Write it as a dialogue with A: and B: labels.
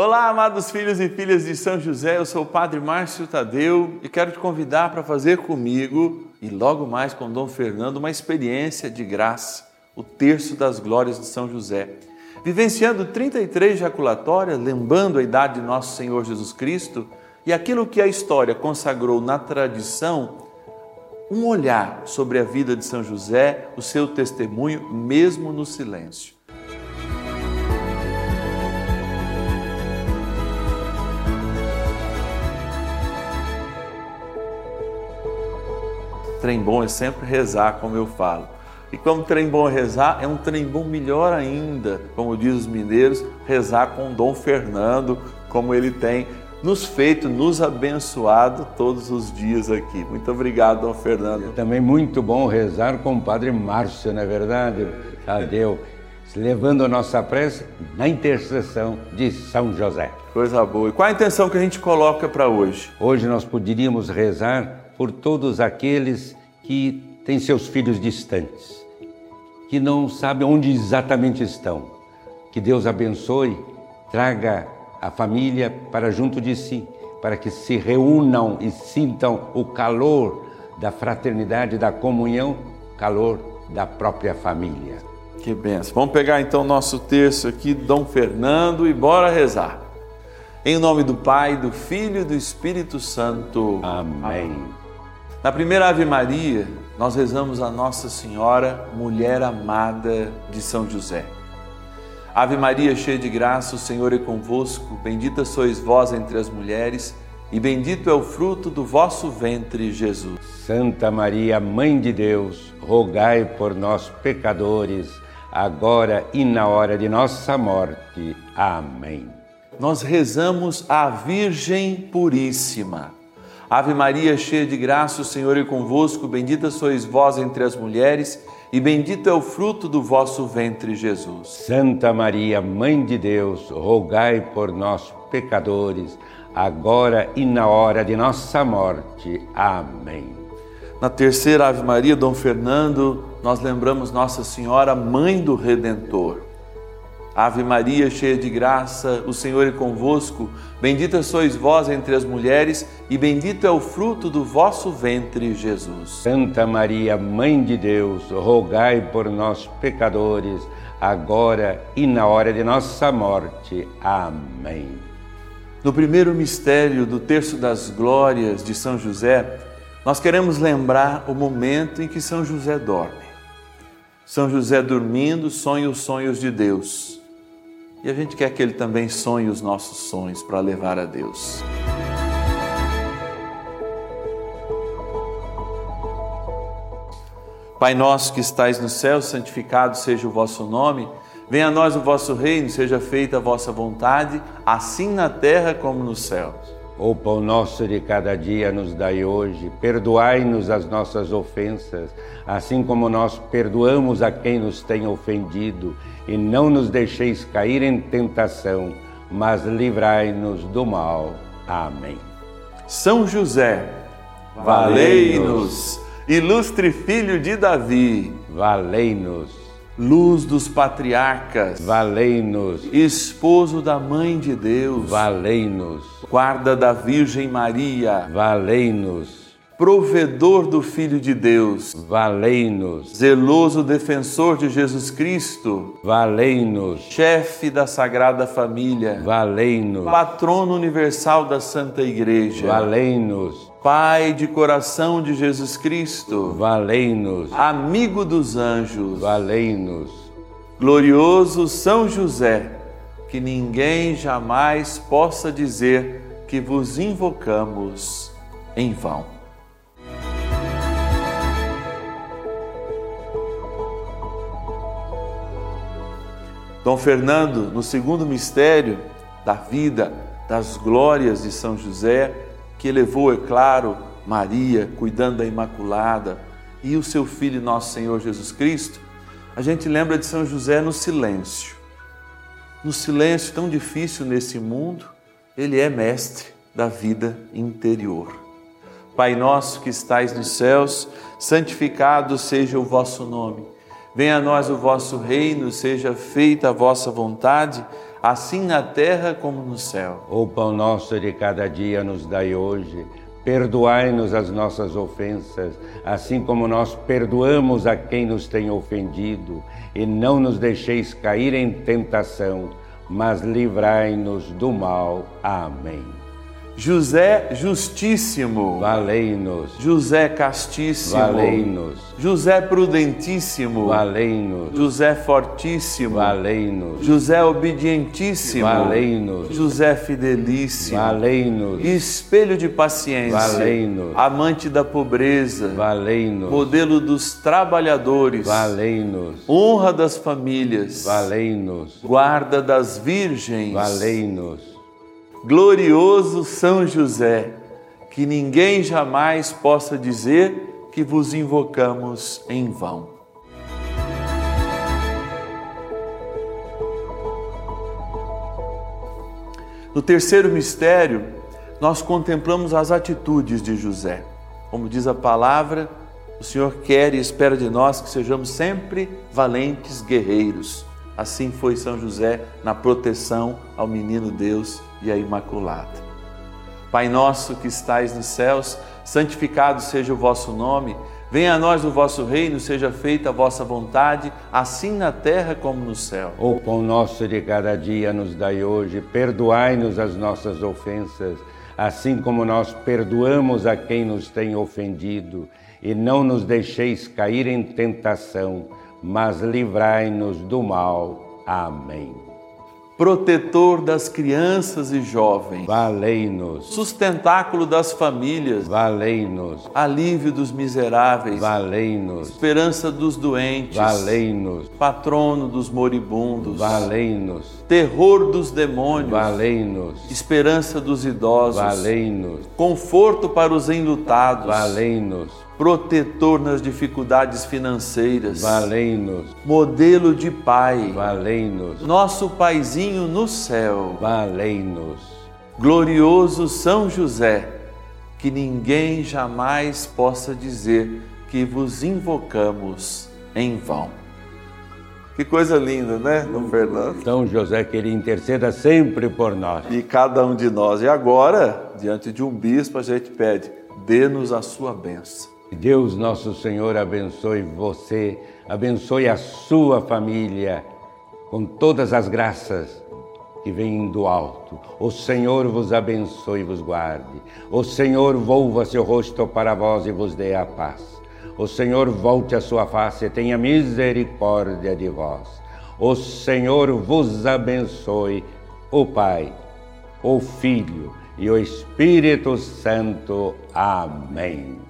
A: Olá, amados filhos e filhas de São José, eu sou o Padre Márcio Tadeu e quero te convidar para fazer comigo e logo mais com Dom Fernando uma experiência de graça, o terço das glórias de São José. Vivenciando 33 jaculatórias, lembrando a idade de nosso Senhor Jesus Cristo e aquilo que a história consagrou na tradição, um olhar sobre a vida de São José, o seu testemunho, mesmo no silêncio. Trem bom é sempre rezar, como eu falo. E como trem bom é rezar, é um trem bom melhor ainda, como diz os mineiros, rezar com Dom Fernando, como ele tem nos feito, nos abençoado todos os dias aqui. Muito obrigado, Dom Fernando.
B: É Também muito bom rezar com o Padre Márcio, não é verdade? Tadeu, levando a nossa prece na intercessão de São José.
A: Coisa boa. E qual a intenção que a gente coloca para hoje?
B: Hoje nós poderíamos rezar por todos aqueles que têm seus filhos distantes, que não sabem onde exatamente estão. Que Deus abençoe, traga a família para junto de si, para que se reúnam e sintam o calor da fraternidade, da comunhão, calor da própria família.
A: Que benção. Vamos pegar então nosso terço aqui, Dom Fernando, e bora rezar. Em nome do Pai, do Filho e do Espírito Santo.
B: Amém.
A: Na primeira Ave Maria, nós rezamos a Nossa Senhora, mulher amada de São José. Ave Maria, cheia de graça, o Senhor é convosco. Bendita sois vós entre as mulheres, e bendito é o fruto do vosso ventre, Jesus.
B: Santa Maria, Mãe de Deus, rogai por nós, pecadores, agora e na hora de nossa morte. Amém.
A: Nós rezamos a Virgem Puríssima. Ave Maria, cheia de graça, o Senhor é convosco. Bendita sois vós entre as mulheres e bendito é o fruto do vosso ventre, Jesus.
B: Santa Maria, Mãe de Deus, rogai por nós, pecadores, agora e na hora de nossa morte. Amém.
A: Na terceira Ave Maria, Dom Fernando, nós lembramos Nossa Senhora, Mãe do Redentor. Ave Maria, cheia de graça, o Senhor é convosco. Bendita sois vós entre as mulheres, e bendito é o fruto do vosso ventre, Jesus.
B: Santa Maria, Mãe de Deus, rogai por nós, pecadores, agora e na hora de nossa morte. Amém.
A: No primeiro mistério do Terço das Glórias de São José, nós queremos lembrar o momento em que São José dorme. São José dormindo sonha os sonhos de Deus. E a gente quer que Ele também sonhe os nossos sonhos para levar a Deus. Pai nosso que estais no céu, santificado seja o vosso nome. Venha a nós o vosso reino, seja feita a vossa vontade, assim na terra como no céu.
B: O pão nosso de cada dia nos dai hoje, perdoai-nos as nossas ofensas, assim como nós perdoamos a quem nos tem ofendido, e não nos deixeis cair em tentação, mas livrai-nos do mal. Amém.
A: São José, valei-nos, ilustre filho de Davi,
B: valei-nos.
A: Luz dos patriarcas,
B: valei-nos.
A: Esposo da mãe de Deus,
B: valei-nos
A: guarda da Virgem Maria,
B: valei-nos.
A: Provedor do Filho de Deus,
B: valei-nos.
A: Zeloso defensor de Jesus Cristo,
B: valei-nos.
A: Chefe da Sagrada Família,
B: valei-nos.
A: Patrono universal da Santa Igreja,
B: valei-nos.
A: Pai de coração de Jesus Cristo,
B: valei-nos.
A: Amigo dos anjos,
B: valei-nos.
A: Glorioso São José, que ninguém jamais possa dizer que vos invocamos em vão. Dom Fernando, no segundo mistério da vida, das glórias de São José, que elevou, é claro, Maria, cuidando da Imaculada, e o seu filho, nosso Senhor Jesus Cristo, a gente lembra de São José no silêncio no silêncio tão difícil nesse mundo, ele é mestre da vida interior. Pai nosso que estais nos céus, santificado seja o vosso nome. Venha a nós o vosso reino, seja feita a vossa vontade, assim na terra como no céu.
B: O pão nosso de cada dia nos dai hoje. Perdoai-nos as nossas ofensas, assim como nós perdoamos a quem nos tem ofendido, e não nos deixeis cair em tentação, mas livrai-nos do mal. Amém.
A: José Justíssimo,
B: Valei-nos,
A: José Castíssimo,
B: valei-nos,
A: José Prudentíssimo,
B: valei-nos,
A: José Fortíssimo,
B: valei-nos,
A: José Obedientíssimo,
B: valei-nos,
A: José Fidelíssimo,
B: valei-nos,
A: Espelho de paciência,
B: Valei-nos.
A: amante da pobreza,
B: valei-nos,
A: modelo dos trabalhadores,
B: valei-nos,
A: honra das famílias,
B: valei-nos,
A: guarda das virgens,
B: valei-nos.
A: glorioso São José, que ninguém jamais possa dizer que vos invocamos em vão. No terceiro mistério, nós contemplamos as atitudes de José. Como diz a palavra, o Senhor quer e espera de nós que sejamos sempre valentes guerreiros. Assim foi São José na proteção ao menino Deus e à Imaculada. Pai nosso que estais nos céus, santificado seja o vosso nome, venha a nós o vosso reino, seja feita a vossa vontade, assim na terra como no céu.
B: O pão nosso de cada dia nos dai hoje, perdoai-nos as nossas ofensas, assim como nós perdoamos a quem nos tem ofendido, e não nos deixeis cair em tentação, mas livrai-nos do mal. Amém.
A: Protetor das crianças e jovens,
B: Valei-nos,
A: sustentáculo das famílias,
B: valei-nos,
A: alívio dos miseráveis,
B: valei-nos,
A: esperança dos doentes,
B: valei-nos,
A: patrono dos moribundos,
B: valei-nos,
A: terror dos demônios,
B: valei-nos,
A: esperança dos idosos,
B: valei-nos,
A: conforto para os enlutados,
B: valei-nos,
A: protetor nas dificuldades financeiras,
B: valei-nos,
A: modelo de pai,
B: valei-nos,
A: nosso paizinho no céu,
B: valei-nos.
A: glorioso São José, que ninguém jamais possa dizer que vos invocamos em vão. Que coisa linda, né, Dom Fernando?
B: São José, que ele interceda sempre por nós.
A: E cada um de nós. E agora, diante de um bispo, a gente pede: dê-nos a sua bênção.
B: Deus nosso Senhor abençoe você, abençoe a sua família com todas as graças que vêm do alto. O Senhor vos abençoe e vos guarde. O Senhor volva seu rosto para vós e vos dê a paz. O Senhor volte a sua face e tenha misericórdia de vós. O Senhor vos abençoe, o Pai, o Filho e o Espírito Santo. Amém.